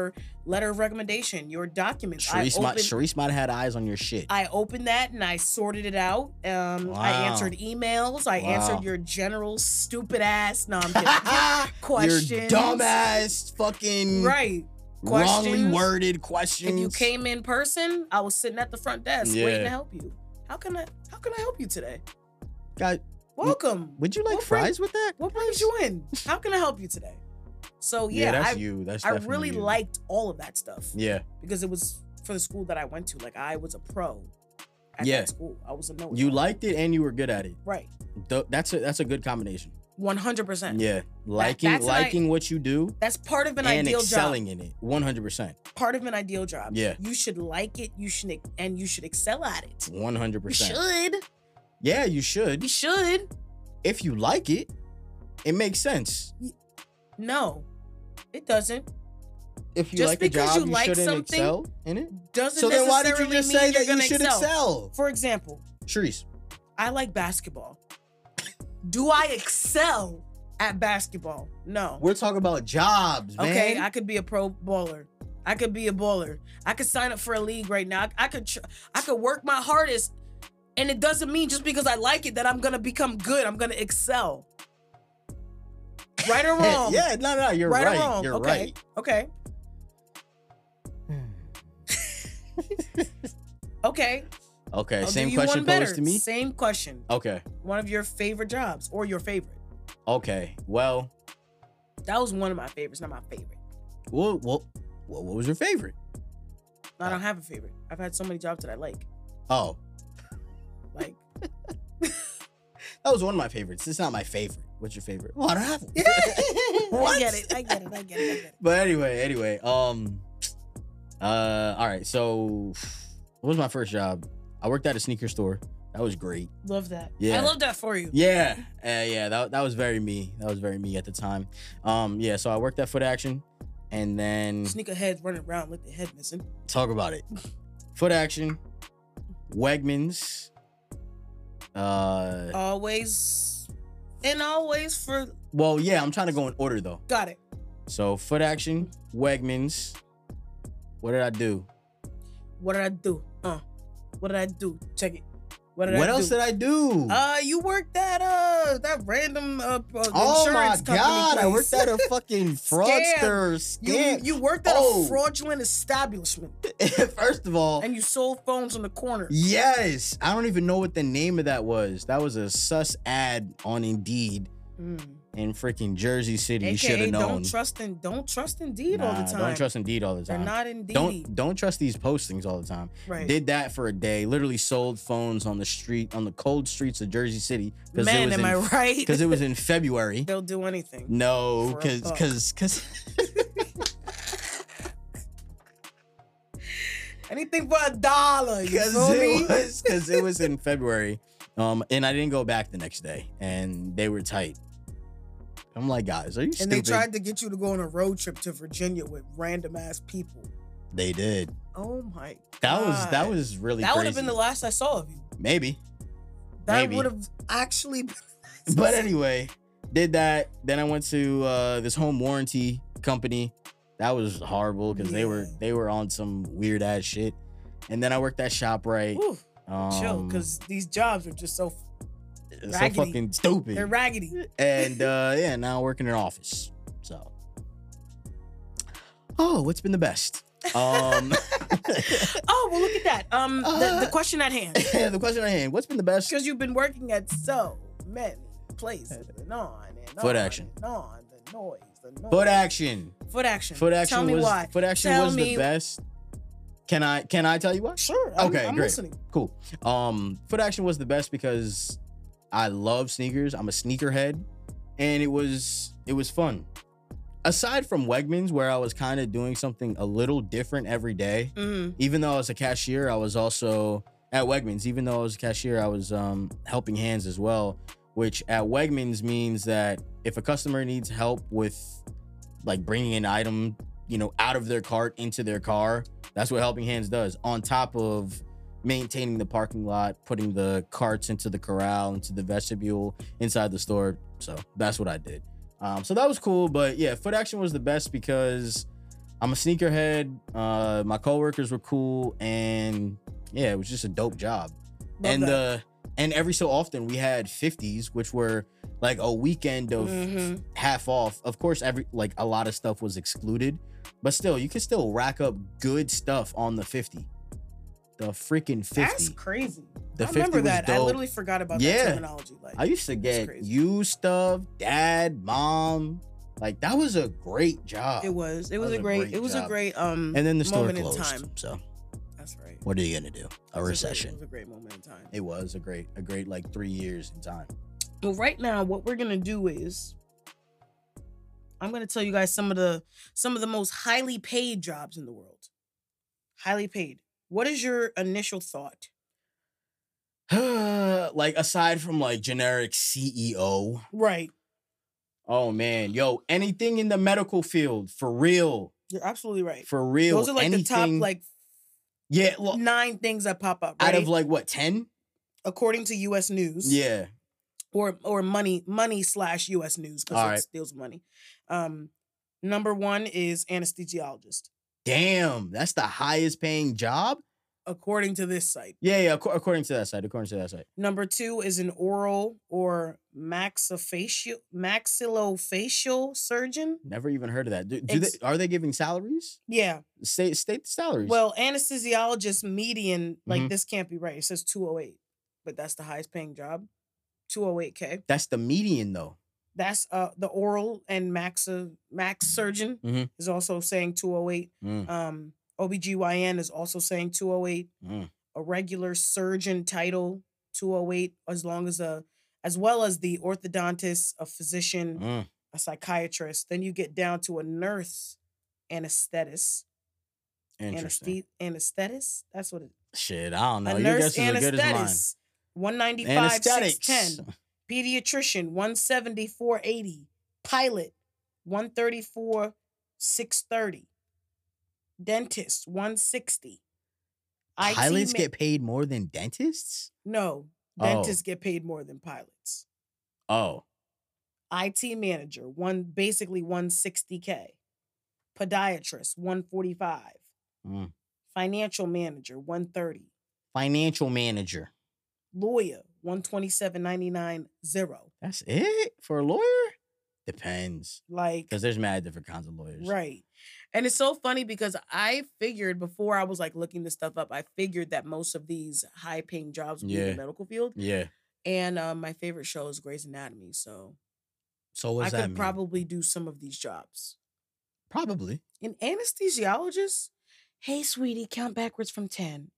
[SPEAKER 3] letter of recommendation, your documents,
[SPEAKER 2] Sharice
[SPEAKER 3] I
[SPEAKER 2] might,
[SPEAKER 3] opened.
[SPEAKER 2] Sharice might have had eyes on your shit.
[SPEAKER 3] I opened that and I sorted it out. Um, I
[SPEAKER 2] Wow.
[SPEAKER 3] answered emails. I
[SPEAKER 2] Wow.
[SPEAKER 3] answered your general stupid ass. No, I'm
[SPEAKER 2] [laughs]
[SPEAKER 3] kidding. questions.
[SPEAKER 2] Your dumbass fucking
[SPEAKER 3] Right.
[SPEAKER 2] wrongly
[SPEAKER 3] Questions.
[SPEAKER 2] worded questions.
[SPEAKER 3] If you came in person, I was sitting at the front desk
[SPEAKER 2] Yeah.
[SPEAKER 3] waiting to help you. How can I? How can I help you today?
[SPEAKER 2] God,
[SPEAKER 3] Welcome.
[SPEAKER 2] would you like
[SPEAKER 3] What
[SPEAKER 2] fries
[SPEAKER 3] brings-
[SPEAKER 2] with that?
[SPEAKER 3] What brings you in? How can I help you today? So Oh, yeah,
[SPEAKER 2] that's
[SPEAKER 3] I
[SPEAKER 2] you. That's
[SPEAKER 3] I
[SPEAKER 2] definitely
[SPEAKER 3] really
[SPEAKER 2] you.
[SPEAKER 3] liked all of that stuff
[SPEAKER 2] Yeah,
[SPEAKER 3] because it was for the school that I went to. Like I was a pro at
[SPEAKER 2] Yeah.
[SPEAKER 3] that school. I was a no.
[SPEAKER 2] you liked it and you were good at it.
[SPEAKER 3] right.
[SPEAKER 2] Th- That's a that's a good combination.
[SPEAKER 3] One hundred percent.
[SPEAKER 2] Yeah, liking
[SPEAKER 3] that's an I-
[SPEAKER 2] liking what you do
[SPEAKER 3] That's part of an
[SPEAKER 2] and
[SPEAKER 3] ideal
[SPEAKER 2] excelling in it. One hundred percent.
[SPEAKER 3] job. Part of an ideal job.
[SPEAKER 2] Yeah.
[SPEAKER 3] You should like it. You should ex- and you should excel at it.
[SPEAKER 2] One hundred
[SPEAKER 3] You
[SPEAKER 2] percent.
[SPEAKER 3] should.
[SPEAKER 2] Yeah, you
[SPEAKER 3] You
[SPEAKER 2] should.
[SPEAKER 3] should.
[SPEAKER 2] If you like it, it makes sense.
[SPEAKER 3] No, it doesn't.
[SPEAKER 2] If you
[SPEAKER 3] Just
[SPEAKER 2] like a
[SPEAKER 3] because
[SPEAKER 2] job,
[SPEAKER 3] you
[SPEAKER 2] you,
[SPEAKER 3] like
[SPEAKER 2] shouldn't
[SPEAKER 3] something
[SPEAKER 2] excel in it.
[SPEAKER 3] Doesn't
[SPEAKER 2] So then why did you
[SPEAKER 3] necessarily
[SPEAKER 2] just
[SPEAKER 3] mean
[SPEAKER 2] say
[SPEAKER 3] you're
[SPEAKER 2] that you
[SPEAKER 3] gonna
[SPEAKER 2] should
[SPEAKER 3] excel.
[SPEAKER 2] excel?
[SPEAKER 3] For example,
[SPEAKER 2] Sharice,
[SPEAKER 3] I like basketball. [coughs] Do I excel at basketball? No.
[SPEAKER 2] we're talking about jobs, man.
[SPEAKER 3] Okay, I could be a pro baller. I could be a baller. I could sign up for a league right now. I, I could tr- I could work my hardest, and it doesn't mean just because I like it that I'm gonna become good. I'm gonna excel. Right or
[SPEAKER 2] [laughs]
[SPEAKER 3] wrong?
[SPEAKER 2] yeah, no, no, you're right.
[SPEAKER 3] or wrong.
[SPEAKER 2] You're
[SPEAKER 3] okay.
[SPEAKER 2] right.
[SPEAKER 3] Okay.
[SPEAKER 2] Hmm.
[SPEAKER 3] [laughs] Okay.
[SPEAKER 2] Okay,
[SPEAKER 3] I'll
[SPEAKER 2] same
[SPEAKER 3] give you one
[SPEAKER 2] question
[SPEAKER 3] better.
[SPEAKER 2] posed to me.
[SPEAKER 3] Same question.
[SPEAKER 2] Okay,
[SPEAKER 3] One of your favorite jobs or your favorite.
[SPEAKER 2] okay. Well,
[SPEAKER 3] That was one of my favorites, not my favorite.
[SPEAKER 2] well, well, well what was your favorite?
[SPEAKER 3] I don't have a favorite. I've had so many jobs that I like.
[SPEAKER 2] Oh,
[SPEAKER 3] Like,
[SPEAKER 2] that was one of my favorites. It's not my favorite. What's your favorite? Well, I don't have [laughs] one.
[SPEAKER 3] I
[SPEAKER 2] What?
[SPEAKER 3] get it. [laughs] I get it. I get it. I get it.
[SPEAKER 2] But anyway, anyway, um, uh, all right. So, what was my first job? I worked at a sneaker store. That was great.
[SPEAKER 3] [laughs] Love that.
[SPEAKER 2] Yeah.
[SPEAKER 3] I love that for you.
[SPEAKER 2] Yeah, uh, yeah, that, that was very me. That was very me at the time. Um, yeah, so I worked at Foot Action, and then
[SPEAKER 3] Sneakerheads running around with their head missing.
[SPEAKER 2] talk about it. Foot Action, Wegmans, uh,
[SPEAKER 3] Always and always for
[SPEAKER 2] well, yeah, I'm trying to go in order though.
[SPEAKER 3] got it.
[SPEAKER 2] So Foot Action, Wegmans. What did I do?
[SPEAKER 3] What did I do? Uh. What did I do? Check it. What did
[SPEAKER 2] What
[SPEAKER 3] I
[SPEAKER 2] else
[SPEAKER 3] do?
[SPEAKER 2] did I do?
[SPEAKER 3] uh you worked at uh that random uh, uh
[SPEAKER 2] oh my
[SPEAKER 3] insurance company
[SPEAKER 2] god, I
[SPEAKER 3] place.
[SPEAKER 2] worked at a
[SPEAKER 3] [laughs]
[SPEAKER 2] fucking fraudster
[SPEAKER 3] You,
[SPEAKER 2] scam.
[SPEAKER 3] you worked at
[SPEAKER 2] Oh.
[SPEAKER 3] a fraudulent establishment
[SPEAKER 2] [laughs] First of all,
[SPEAKER 3] and you sold phones on the corner.
[SPEAKER 2] yes, I don't even know what the name of that was. That was a sus ad on Indeed
[SPEAKER 3] Mm.
[SPEAKER 2] in freaking Jersey City. you should
[SPEAKER 3] AKA
[SPEAKER 2] have known.
[SPEAKER 3] don't trust in don't trust indeed all
[SPEAKER 2] Nah,
[SPEAKER 3] the time.
[SPEAKER 2] Don't trust Indeed all the
[SPEAKER 3] They're
[SPEAKER 2] time.
[SPEAKER 3] not indeed.
[SPEAKER 2] don't don't trust these postings all the time.
[SPEAKER 3] right.
[SPEAKER 2] Did that for a day. Literally sold phones on the street on the cold streets of Jersey City because it
[SPEAKER 3] Man,
[SPEAKER 2] was
[SPEAKER 3] am
[SPEAKER 2] in, [laughs]
[SPEAKER 3] I right? [laughs]
[SPEAKER 2] because it was in February.
[SPEAKER 3] They'll do anything.
[SPEAKER 2] No,
[SPEAKER 3] For a
[SPEAKER 2] because
[SPEAKER 3] buck.
[SPEAKER 2] because
[SPEAKER 3] [laughs]
[SPEAKER 2] because
[SPEAKER 3] Anything for a dollar.
[SPEAKER 2] [laughs]
[SPEAKER 3] You feel me?
[SPEAKER 2] it was because it was
[SPEAKER 3] [laughs]
[SPEAKER 2] in February, um, and I didn't go back the next day, and they were tight. I'm like, guys, are you
[SPEAKER 3] and
[SPEAKER 2] stupid?
[SPEAKER 3] they tried to get you to go on a road trip to Virginia with random ass people.
[SPEAKER 2] They did.
[SPEAKER 3] Oh my
[SPEAKER 2] That was that
[SPEAKER 3] God.
[SPEAKER 2] was really
[SPEAKER 3] that would
[SPEAKER 2] crazy.
[SPEAKER 3] have been the last I saw of you.
[SPEAKER 2] maybe,
[SPEAKER 3] That
[SPEAKER 2] Maybe.
[SPEAKER 3] would have actually been the last I
[SPEAKER 2] but
[SPEAKER 3] saw-
[SPEAKER 2] anyway, did that. Then I went to uh, this home warranty company. That was horrible because they were
[SPEAKER 3] Yeah.
[SPEAKER 2] they were on some weird ass shit. And then I worked at
[SPEAKER 3] [laughs]
[SPEAKER 2] Shoprite.
[SPEAKER 3] Whew,
[SPEAKER 2] Um,
[SPEAKER 3] chill, because these jobs are just so
[SPEAKER 2] it's so
[SPEAKER 3] raggedy.
[SPEAKER 2] fucking stupid.
[SPEAKER 3] they're raggedy. [laughs]
[SPEAKER 2] and uh, yeah, now I work in an office. So, oh, what's been the best?
[SPEAKER 3] [laughs]
[SPEAKER 2] Um, [laughs]
[SPEAKER 3] Oh well, look at that. Um, the, the
[SPEAKER 2] Uh,
[SPEAKER 3] question at hand, [laughs]
[SPEAKER 2] the question at hand: What's been the best?
[SPEAKER 3] because you've been working at so many places and on and on
[SPEAKER 2] Foot action.
[SPEAKER 3] and on the noise, the noise.
[SPEAKER 2] Foot action.
[SPEAKER 3] Foot action.
[SPEAKER 2] Foot action
[SPEAKER 3] Tell me
[SPEAKER 2] was.
[SPEAKER 3] why.
[SPEAKER 2] Foot action
[SPEAKER 3] Tell
[SPEAKER 2] was
[SPEAKER 3] me-
[SPEAKER 2] the best. Can I? Can I tell you why?
[SPEAKER 3] Sure. I'm,
[SPEAKER 2] Okay,
[SPEAKER 3] I'm
[SPEAKER 2] great.
[SPEAKER 3] listening.
[SPEAKER 2] Cool. Um, foot action was the best because I love sneakers. I'm a sneakerhead, and it was it was fun. aside from Wegmans, where I was kind of doing something a little different every day,
[SPEAKER 3] hmm
[SPEAKER 2] even though I was a cashier, I was also at Wegmans. Even though I was a cashier, I was um, helping hands as well, which at Wegmans means that if a customer needs help with like bringing an item, you know, out of their cart into their car, that's what helping hands does. On top of maintaining the parking lot, putting the carts into the corral, into the vestibule, inside the store. So that's what I did. Um, so that was cool, but yeah, Foot Action was the best because I'm a sneakerhead. Uh, my coworkers were cool, and yeah, it was just a dope job. and
[SPEAKER 3] that.
[SPEAKER 2] uh, and every so often we had 50s, which were like a weekend of
[SPEAKER 3] Mhm.
[SPEAKER 2] half off. Of course, every like a lot of stuff was excluded, but still, you can still rack up good stuff on the 50. The freaking 50.
[SPEAKER 3] That's crazy.
[SPEAKER 2] The
[SPEAKER 3] I remember
[SPEAKER 2] 50 was
[SPEAKER 3] that. I
[SPEAKER 2] dope.
[SPEAKER 3] literally forgot about
[SPEAKER 2] Yeah.
[SPEAKER 3] that terminology. Like,
[SPEAKER 2] I used to
[SPEAKER 3] That's
[SPEAKER 2] get
[SPEAKER 3] crazy.
[SPEAKER 2] used stuff, dad, mom. Like that was a great job.
[SPEAKER 3] it was. It was,
[SPEAKER 2] was
[SPEAKER 3] a
[SPEAKER 2] a
[SPEAKER 3] great.
[SPEAKER 2] great
[SPEAKER 3] it was a
[SPEAKER 2] job.
[SPEAKER 3] great. Um.
[SPEAKER 2] And then the store
[SPEAKER 3] moment
[SPEAKER 2] closed.
[SPEAKER 3] in time.
[SPEAKER 2] So
[SPEAKER 3] That's right.
[SPEAKER 2] what are you gonna do? A
[SPEAKER 3] It was
[SPEAKER 2] recession.
[SPEAKER 3] A great, it was a great moment in time.
[SPEAKER 2] it was a great, a great like three years in time. [sighs]
[SPEAKER 3] Well, right now, what we're gonna do is I'm gonna tell you guys some of the some of the most highly paid jobs in the world. Highly paid. What is your initial thought?
[SPEAKER 2] like aside from like generic CEO.
[SPEAKER 3] Right.
[SPEAKER 2] Oh man, yo, anything in the medical field for real,
[SPEAKER 3] You're absolutely right.
[SPEAKER 2] for real.
[SPEAKER 3] Those are like the top
[SPEAKER 2] anything-
[SPEAKER 3] like
[SPEAKER 2] yeah, well,
[SPEAKER 3] nine things that pop up.
[SPEAKER 2] out
[SPEAKER 3] Right?
[SPEAKER 2] of like what ten?
[SPEAKER 3] according to U.S. News.
[SPEAKER 2] Yeah,
[SPEAKER 3] Or or money money slash U.S. News
[SPEAKER 2] All
[SPEAKER 3] because it deals with money. Um, number one is anesthesiologist,
[SPEAKER 2] damn, that's the highest paying job.
[SPEAKER 3] according to this site.
[SPEAKER 2] Yeah, yeah, acco- according to that site, according to that site.
[SPEAKER 3] Number two is an oral or maxofacial maxillofacial surgeon.
[SPEAKER 2] Never even heard of that. Do, do they,
[SPEAKER 3] Ex-
[SPEAKER 2] are they giving salaries?
[SPEAKER 3] Yeah.
[SPEAKER 2] State state the salaries.
[SPEAKER 3] Well, anesthesiologist median, like
[SPEAKER 2] Mhm.
[SPEAKER 3] this can't be right. It says 208, but that's the highest paying job. 208K.
[SPEAKER 2] that's the median though.
[SPEAKER 3] That's uh the oral and max max surgeon
[SPEAKER 2] Mhm.
[SPEAKER 3] is also saying 208.
[SPEAKER 2] Mm,
[SPEAKER 3] Um OBGYN is also saying 208.
[SPEAKER 2] mm.
[SPEAKER 3] A regular surgeon title 208 as long as a as well as the orthodontist, a physician,
[SPEAKER 2] Mm.
[SPEAKER 3] a psychiatrist. Then you get down to a nurse, anesthetist,
[SPEAKER 2] Interesting.
[SPEAKER 3] anesthe- anesthetist. That's what it.
[SPEAKER 2] Shit, I don't know.
[SPEAKER 3] a
[SPEAKER 2] Your
[SPEAKER 3] nurse
[SPEAKER 2] guess is as good as
[SPEAKER 3] anesthetist. One ninety
[SPEAKER 2] mine.
[SPEAKER 3] five six
[SPEAKER 2] Anesthetics. [laughs]
[SPEAKER 3] ten. Pediatrician one seventy four eighty. Pilot one thirty four six thirty. Dentist one sixty.
[SPEAKER 2] Pilots get paid more than dentists.
[SPEAKER 3] no.
[SPEAKER 2] Oh.
[SPEAKER 3] Dentists get paid more than pilots.
[SPEAKER 2] Oh,
[SPEAKER 3] IT manager, one basically 160K. Podiatrist, 145.
[SPEAKER 2] Mm.
[SPEAKER 3] Financial manager, 130.
[SPEAKER 2] financial manager.
[SPEAKER 3] Lawyer, 127.99 zero.
[SPEAKER 2] That's it for a lawyer. Depends,
[SPEAKER 3] Like
[SPEAKER 2] because there's mad different kinds of lawyers.
[SPEAKER 3] right. And it's so funny because I figured before I was like looking this stuff up, I figured that most of these high paying jobs would be in
[SPEAKER 2] Yeah.
[SPEAKER 3] the medical field.
[SPEAKER 2] Yeah.
[SPEAKER 3] And um, my favorite show is Grey's Anatomy. So
[SPEAKER 2] So what
[SPEAKER 3] I
[SPEAKER 2] does that
[SPEAKER 3] could
[SPEAKER 2] mean?
[SPEAKER 3] probably do some of these jobs.
[SPEAKER 2] probably.
[SPEAKER 3] An anesthesiologist? Hey, sweetie, count backwards from 10.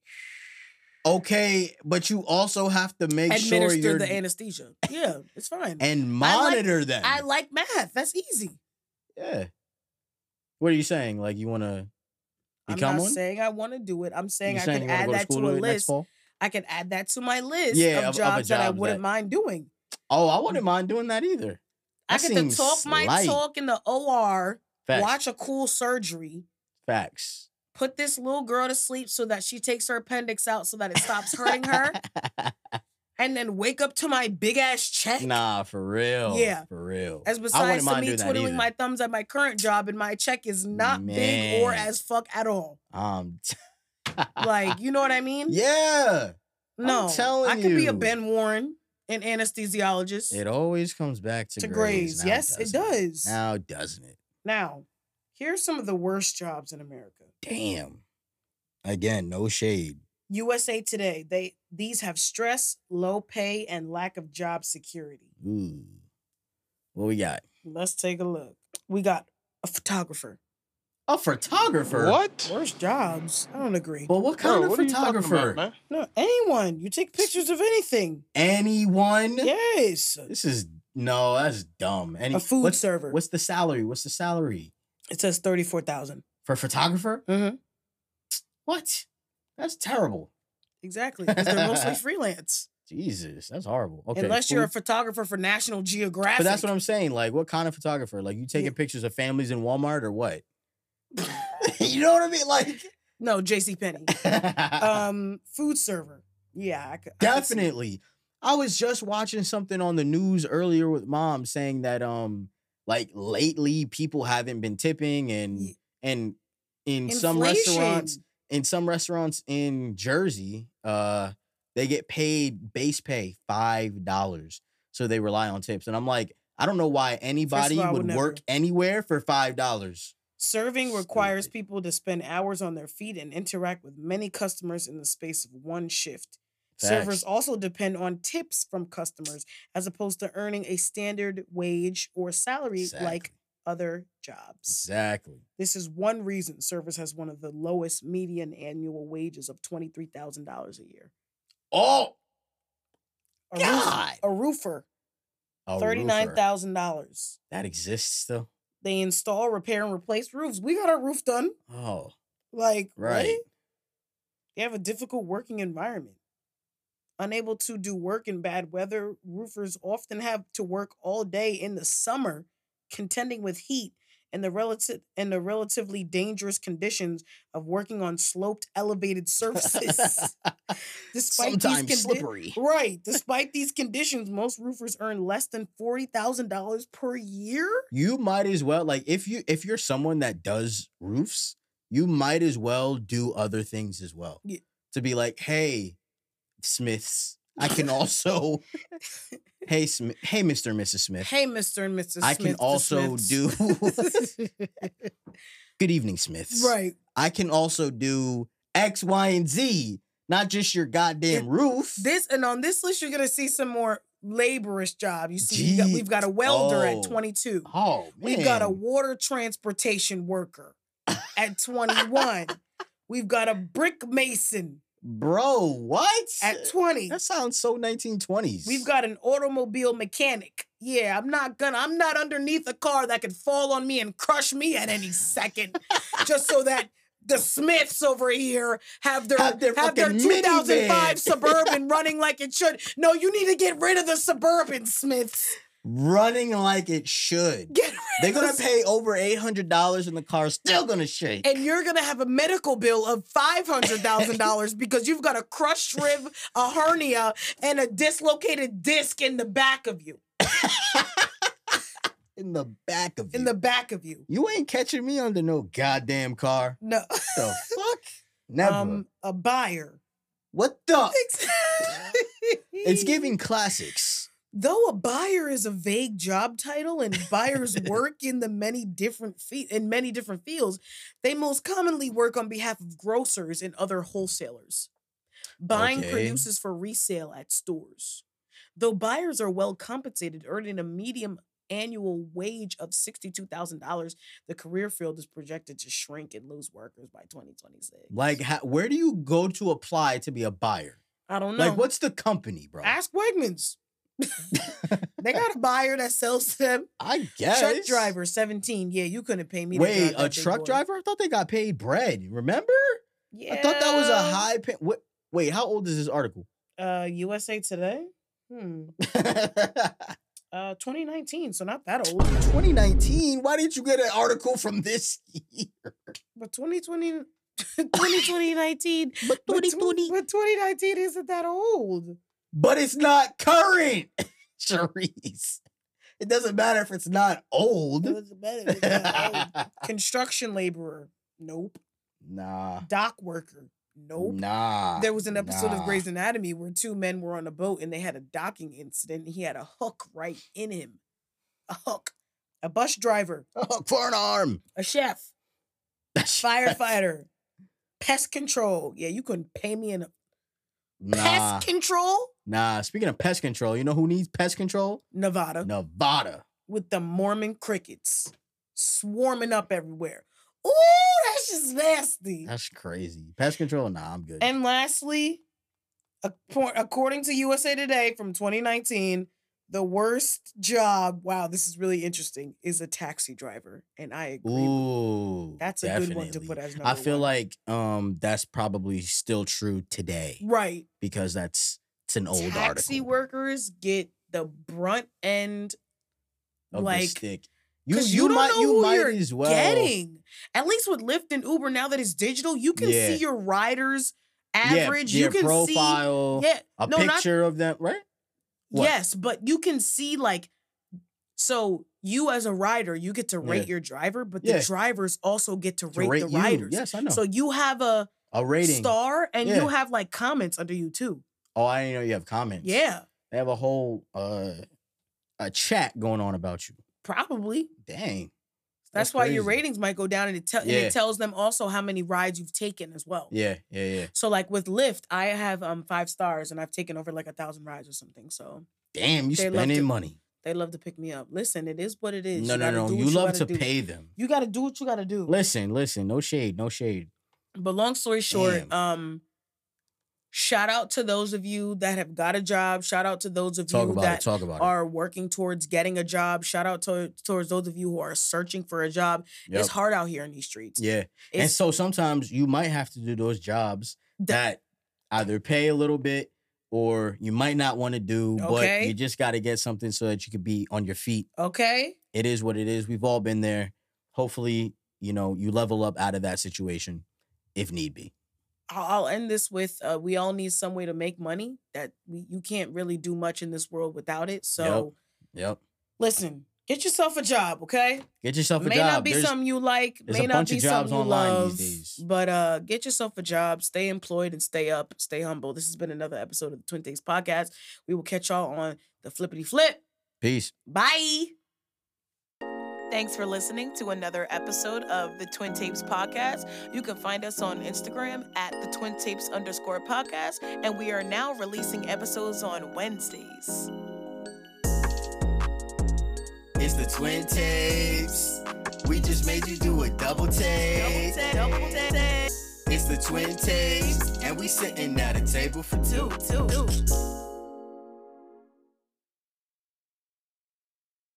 [SPEAKER 2] Okay, but you also have to make
[SPEAKER 3] Administer
[SPEAKER 2] sure you're
[SPEAKER 3] the anesthesia. Yeah, it's fine.
[SPEAKER 2] and monitor them.
[SPEAKER 3] I like math. That's easy.
[SPEAKER 2] Yeah. What are you saying? Like you want to
[SPEAKER 3] I'm
[SPEAKER 2] become
[SPEAKER 3] not
[SPEAKER 2] one?
[SPEAKER 3] saying I want to do it. I'm saying
[SPEAKER 2] you
[SPEAKER 3] I
[SPEAKER 2] saying
[SPEAKER 3] could
[SPEAKER 2] you wanna
[SPEAKER 3] add
[SPEAKER 2] go
[SPEAKER 3] that to,
[SPEAKER 2] school
[SPEAKER 3] a
[SPEAKER 2] it next
[SPEAKER 3] list.
[SPEAKER 2] fall?
[SPEAKER 3] I could add that to my list
[SPEAKER 2] Yeah,
[SPEAKER 3] of,
[SPEAKER 2] of- of a
[SPEAKER 3] jobs that I
[SPEAKER 2] jobs
[SPEAKER 3] wouldn't
[SPEAKER 2] that-
[SPEAKER 3] mind doing.
[SPEAKER 2] Oh, I wouldn't mind doing that either.
[SPEAKER 3] Mm. I
[SPEAKER 2] That
[SPEAKER 3] get to
[SPEAKER 2] seems
[SPEAKER 3] talk my
[SPEAKER 2] light.
[SPEAKER 3] talk in the OR,
[SPEAKER 2] Facts.
[SPEAKER 3] watch a cool surgery,
[SPEAKER 2] Facts.
[SPEAKER 3] put this little girl to sleep so that she takes her appendix out so that it stops hurting
[SPEAKER 2] [laughs]
[SPEAKER 3] her, [laughs] and then wake up to my big ass check.
[SPEAKER 2] nah, for real.
[SPEAKER 3] Yeah.
[SPEAKER 2] For real.
[SPEAKER 3] As
[SPEAKER 2] I
[SPEAKER 3] besides
[SPEAKER 2] wouldn't
[SPEAKER 3] to
[SPEAKER 2] mind
[SPEAKER 3] me
[SPEAKER 2] doing that
[SPEAKER 3] twiddling my
[SPEAKER 2] either.
[SPEAKER 3] thumbs at my current job and my check is not big or
[SPEAKER 2] Man.
[SPEAKER 3] as fuck at all.
[SPEAKER 2] um. [laughs]
[SPEAKER 3] Like, mm. you know what I mean?
[SPEAKER 2] yeah.
[SPEAKER 3] no.
[SPEAKER 2] telling
[SPEAKER 3] I could be a
[SPEAKER 2] you.
[SPEAKER 3] Ben Warren, an anesthesiologist.
[SPEAKER 2] It always comes back to,
[SPEAKER 3] To
[SPEAKER 2] grades.
[SPEAKER 3] grades.
[SPEAKER 2] Now
[SPEAKER 3] Yes, it
[SPEAKER 2] doesn't
[SPEAKER 3] does.
[SPEAKER 2] Now doesn't it?
[SPEAKER 3] now, here's some of the worst jobs in America.
[SPEAKER 2] Damn. Again, no shade.
[SPEAKER 3] USA Today, they these have stress, low pay, and lack of job security.
[SPEAKER 2] Ooh. What we got?
[SPEAKER 3] Let's take a look. We got a photographer.
[SPEAKER 2] A photographer.
[SPEAKER 5] What?
[SPEAKER 3] Worst jobs. I don't agree.
[SPEAKER 2] But what kind
[SPEAKER 5] Bro,
[SPEAKER 2] of
[SPEAKER 5] what are you talking
[SPEAKER 2] photographer?
[SPEAKER 5] about, man?
[SPEAKER 2] [laughs]
[SPEAKER 3] No, anyone. You take pictures of anything.
[SPEAKER 2] Anyone?
[SPEAKER 3] Yes.
[SPEAKER 2] This is No, that's dumb. Any
[SPEAKER 3] a food
[SPEAKER 2] what's,
[SPEAKER 3] server.
[SPEAKER 2] what's the salary? What's the salary
[SPEAKER 3] it says thirty four thousand.
[SPEAKER 2] for a photographer?
[SPEAKER 3] Mhm.
[SPEAKER 2] What? That's terrible.
[SPEAKER 3] Exactly, 'cause
[SPEAKER 2] [laughs]
[SPEAKER 3] they're mostly freelance.
[SPEAKER 2] Jesus, that's horrible. Okay,
[SPEAKER 3] Unless you're a
[SPEAKER 2] food-
[SPEAKER 3] photographer for National Geographic.
[SPEAKER 2] but that's what I'm saying. Like, what kind of photographer? Like, you taking
[SPEAKER 3] Yeah.
[SPEAKER 2] pictures of families in Walmart or what? [laughs] you know what I mean? Like, [laughs] uh,
[SPEAKER 3] No, J.C. Penney. um, food server. Yeah, I could, I could see-
[SPEAKER 2] Uh-huh. Definitely. I was just watching something on the news earlier with mom saying that um like lately people haven't been tipping and
[SPEAKER 3] Ye-
[SPEAKER 2] and in some restaurants in some restaurants in Jersey uh they get paid base pay five dollars so they rely on tips and I'm like I don't know why anybody
[SPEAKER 3] all, I would
[SPEAKER 2] would, work
[SPEAKER 3] never.
[SPEAKER 2] anywhere for five dollars.
[SPEAKER 3] Serving requires
[SPEAKER 2] Stupid.
[SPEAKER 3] people to spend hours on their feet and interact with many customers in the space of one shift. Servers
[SPEAKER 2] Facts.
[SPEAKER 3] also depend on tips from customers as opposed to earning a standard wage or salary like other jobs.
[SPEAKER 2] Exactly.
[SPEAKER 3] This is one reason servers has one of the lowest median annual wages of $23,000 a year.
[SPEAKER 2] Oh
[SPEAKER 3] A, roof-
[SPEAKER 2] God.
[SPEAKER 3] a roofer,
[SPEAKER 2] a roofer.
[SPEAKER 3] $39,000.
[SPEAKER 2] That exists still.
[SPEAKER 3] They install, repair, and replace roofs. We got our roof done.
[SPEAKER 2] Oh,
[SPEAKER 3] Like,
[SPEAKER 2] right.
[SPEAKER 3] right? They have a difficult working environment. Unable to do work in bad weather, roofers often have to work all day in the summer, contending with heat and the relative and the relatively dangerous conditions of working on sloped, elevated surfaces.
[SPEAKER 2] [laughs]
[SPEAKER 3] Despite
[SPEAKER 2] Sometimes
[SPEAKER 3] these condi-
[SPEAKER 2] slippery.
[SPEAKER 3] Right. Despite these conditions, most roofers earn less than forty thousand dollars per year.
[SPEAKER 2] you might as well like if you if you're someone that does roofs, you might as well do other things as well.
[SPEAKER 3] Yeah.
[SPEAKER 2] To be like, hey, Smiths, I
[SPEAKER 3] [laughs]
[SPEAKER 2] can also hey Smith, hey Mr. and Mrs. Smith.
[SPEAKER 3] Hey, Mr. and Mrs.
[SPEAKER 2] I
[SPEAKER 3] Smith,
[SPEAKER 2] can
[SPEAKER 3] the
[SPEAKER 2] also
[SPEAKER 3] Smiths.
[SPEAKER 2] do [laughs] Good evening, Smiths.
[SPEAKER 3] [laughs] right.
[SPEAKER 2] I can also do X, Y, and Z, not just your goddamn
[SPEAKER 3] It-
[SPEAKER 2] roof.
[SPEAKER 3] This and on this list, you're gonna see some more laborious job. You see, we got,
[SPEAKER 2] Gee,
[SPEAKER 3] we've got a welder
[SPEAKER 2] oh,
[SPEAKER 3] at 22.
[SPEAKER 2] oh man.
[SPEAKER 3] We've got a water transportation
[SPEAKER 2] [laughs]
[SPEAKER 3] worker at 21. we've got a brick mason
[SPEAKER 2] bro, what?
[SPEAKER 3] at 20.
[SPEAKER 2] that sounds so 1920s.
[SPEAKER 3] We've got an automobile mechanic. Yeah, I'm not gonna. I'm not underneath a car that could fall on me and crush me at
[SPEAKER 2] [laughs]
[SPEAKER 3] any second, just so that the Smiths over here have their
[SPEAKER 2] Have their
[SPEAKER 3] have their
[SPEAKER 2] fucking
[SPEAKER 3] 2005
[SPEAKER 2] minivan. [laughs]
[SPEAKER 3] Suburban running like it should. No, you need to get rid of the Suburban Smiths.
[SPEAKER 2] running like it should.
[SPEAKER 3] Get rid
[SPEAKER 2] They're
[SPEAKER 3] of
[SPEAKER 2] gonna
[SPEAKER 3] the-
[SPEAKER 2] pay over eight hundred dollars, and the car's still gonna shake.
[SPEAKER 3] And you're gonna have a medical bill of five hundred
[SPEAKER 2] [laughs]
[SPEAKER 3] thousand dollars because you've got a crushed rib, a hernia, and a dislocated disc in the back of you.
[SPEAKER 2] in the back of
[SPEAKER 3] In
[SPEAKER 2] you.
[SPEAKER 3] the back of you.
[SPEAKER 2] you ain't catching me under no goddamn car.
[SPEAKER 3] No. um,
[SPEAKER 2] The
[SPEAKER 3] [laughs]
[SPEAKER 2] fuck? Never.
[SPEAKER 3] a buyer.
[SPEAKER 2] what
[SPEAKER 3] [laughs]
[SPEAKER 2] the? It's
[SPEAKER 3] it's
[SPEAKER 2] giving classics.
[SPEAKER 3] [laughs] though a buyer is a vague job title and
[SPEAKER 2] [laughs]
[SPEAKER 3] buyers work in the many different feet in many different fields they most commonly work on behalf of grocers and other wholesalers buying
[SPEAKER 2] Okay.
[SPEAKER 3] produces for resale at stores though buyers are well compensated earning a medium annual wage of $62000 the career field is projected to shrink and lose workers by 2026
[SPEAKER 2] Like, how, where do you go to apply to be a buyer?
[SPEAKER 3] i don't know
[SPEAKER 2] Like, what's the company, bro?
[SPEAKER 3] ask wegmans
[SPEAKER 2] [laughs]
[SPEAKER 3] they got a buyer that sells to them
[SPEAKER 2] I guess
[SPEAKER 3] Truck driver, 17. Yeah, you couldn't pay me. to
[SPEAKER 2] Wait,
[SPEAKER 3] drive
[SPEAKER 2] a
[SPEAKER 3] that big
[SPEAKER 2] truck
[SPEAKER 3] boy.
[SPEAKER 2] driver? I thought they got paid bread. Remember?
[SPEAKER 3] Yeah.
[SPEAKER 2] I thought that was a high pay. What? Wait, how old is this article? [laughs]
[SPEAKER 3] Uh, USA Today? Hmm. Uh, 2019, so not that old.
[SPEAKER 2] 2019. Why didn't you get an article from this
[SPEAKER 3] [laughs]
[SPEAKER 2] year?
[SPEAKER 3] But [laughs] 2020, 2019.
[SPEAKER 2] But
[SPEAKER 3] but, tw- but 2019 isn't
[SPEAKER 2] [laughs]
[SPEAKER 3] that old.
[SPEAKER 2] But it's not current, [laughs] Charisse. It doesn't matter if it's not old. [laughs]
[SPEAKER 3] Construction laborer? Nope.
[SPEAKER 2] nah.
[SPEAKER 3] Dock worker? Nope.
[SPEAKER 2] Nah.
[SPEAKER 3] There was an episode of
[SPEAKER 2] Ah, nah.
[SPEAKER 3] Grey's Anatomy where two men were on a boat and they had a docking incident. And he had a hook right in him. A hook. A bus driver.
[SPEAKER 2] [laughs] Oh, for an arm.
[SPEAKER 3] A chef. firefighter, pest control. Yeah, you couldn't pay me in
[SPEAKER 2] Nah.
[SPEAKER 3] pest control,
[SPEAKER 2] Nah. Speaking of pest control, you know who needs pest control?
[SPEAKER 3] Nevada,
[SPEAKER 2] Nevada.
[SPEAKER 3] with the Mormon crickets swarming up everywhere. Ooh, that's just nasty.
[SPEAKER 2] That's crazy. Pest control? Nah, I'm good.
[SPEAKER 3] And lastly, acor- according to USA Today from 2019, the worst job, wow, this is really interesting, is a taxi driver. And I agree. with-
[SPEAKER 2] Ooh,
[SPEAKER 3] That's a good one to
[SPEAKER 2] definitely.
[SPEAKER 3] put as number
[SPEAKER 2] I feel
[SPEAKER 3] one.
[SPEAKER 2] like um that's probably still true today
[SPEAKER 3] Right.
[SPEAKER 2] because that's it's an old
[SPEAKER 3] taxi
[SPEAKER 2] article
[SPEAKER 3] workers get the brunt end
[SPEAKER 2] of the
[SPEAKER 3] like
[SPEAKER 2] stick.
[SPEAKER 3] 'cause you don't know who you're
[SPEAKER 2] as well.
[SPEAKER 3] getting. At least with Lyft and Uber, now that it's digital, you can
[SPEAKER 2] Yeah.
[SPEAKER 3] see your riders
[SPEAKER 2] Yeah,
[SPEAKER 3] average.
[SPEAKER 2] their
[SPEAKER 3] you can
[SPEAKER 2] profile,
[SPEAKER 3] see yeah,
[SPEAKER 2] a
[SPEAKER 3] no, not
[SPEAKER 2] picture of them, right? what?
[SPEAKER 3] yes, but you can see like so you as a rider, you get to rate
[SPEAKER 2] Yeah.
[SPEAKER 3] your driver, but
[SPEAKER 2] Yeah.
[SPEAKER 3] the drivers also get to,
[SPEAKER 2] To
[SPEAKER 3] rate,
[SPEAKER 2] rate
[SPEAKER 3] the
[SPEAKER 2] you.
[SPEAKER 3] riders.
[SPEAKER 2] Yes, I know.
[SPEAKER 3] So you have a
[SPEAKER 2] a rating.
[SPEAKER 3] star and you
[SPEAKER 2] Yeah.
[SPEAKER 3] have like comments under you too.
[SPEAKER 2] Oh, I didn't know you have comments.
[SPEAKER 3] Yeah,
[SPEAKER 2] They have a whole uh a chat going on about you.
[SPEAKER 3] probably.
[SPEAKER 2] Dang.
[SPEAKER 3] That's,
[SPEAKER 2] That's
[SPEAKER 3] why your
[SPEAKER 2] crazy.
[SPEAKER 3] ratings might go down, and it, tell and
[SPEAKER 2] Yeah.
[SPEAKER 3] it tells them also how many rides you've taken as well.
[SPEAKER 2] Yeah, yeah, yeah.
[SPEAKER 3] So like with Lyft, I have um five stars, and I've taken over like a thousand rides or something. So
[SPEAKER 2] Damn, you
[SPEAKER 3] They love
[SPEAKER 2] spending
[SPEAKER 3] to-
[SPEAKER 2] money.
[SPEAKER 3] they love to pick me up. Listen, it is what it is.
[SPEAKER 2] No, no,
[SPEAKER 3] gotta
[SPEAKER 2] no.
[SPEAKER 3] do
[SPEAKER 2] You
[SPEAKER 3] what
[SPEAKER 2] love
[SPEAKER 3] gotta
[SPEAKER 2] to
[SPEAKER 3] do.
[SPEAKER 2] pay them.
[SPEAKER 3] You got to do what you got to do.
[SPEAKER 2] Listen, listen. No shade, no shade.
[SPEAKER 3] But long story short,
[SPEAKER 2] Damn.
[SPEAKER 3] um, shout out to those of you that have got a job. Shout out to those of
[SPEAKER 2] Talk
[SPEAKER 3] you
[SPEAKER 2] about
[SPEAKER 3] that
[SPEAKER 2] it. Talk about
[SPEAKER 3] are working towards getting a job. Shout out to towards those of you who are searching for a job.
[SPEAKER 2] it. Yep.
[SPEAKER 3] It's hard out here in these streets.
[SPEAKER 2] Yeah. and
[SPEAKER 3] It's
[SPEAKER 2] so sometimes you might have to do those jobs
[SPEAKER 3] that
[SPEAKER 2] that either pay a little bit or you might not want to do, but
[SPEAKER 3] Okay.
[SPEAKER 2] you just got to get something so that you can be on your feet.
[SPEAKER 3] okay.
[SPEAKER 2] It is what it is. We've all been there. Hopefully, you know, you level up out of that situation if need be.
[SPEAKER 3] I'll I'll end this with uh, we all need some way to make money that we, you can't really do much in this world without it. So
[SPEAKER 2] Yep.
[SPEAKER 3] listen, get yourself a job, okay?
[SPEAKER 2] Get yourself a
[SPEAKER 3] may
[SPEAKER 2] job.
[SPEAKER 3] not be
[SPEAKER 2] There's-
[SPEAKER 3] something you like,
[SPEAKER 2] there's a
[SPEAKER 3] may not
[SPEAKER 2] bunch of
[SPEAKER 3] be
[SPEAKER 2] jobs
[SPEAKER 3] something you
[SPEAKER 2] online these
[SPEAKER 3] love,
[SPEAKER 2] days.
[SPEAKER 3] but uh, get yourself a job, stay employed, and stay up, stay humble. This has been another episode of the Twin Things Podcast. We will catch y'all on the flippity flip.
[SPEAKER 2] Peace.
[SPEAKER 3] Bye.
[SPEAKER 5] Thanks for listening to another episode of the Twin Tapes Podcast. You can find us on Instagram at the Twin Tapes underscore podcast, and we are now releasing episodes on Wednesdays.
[SPEAKER 6] It's the twin tapes. We just made you do a double take. It's the twin tapes, and we sitting at a table for two. two.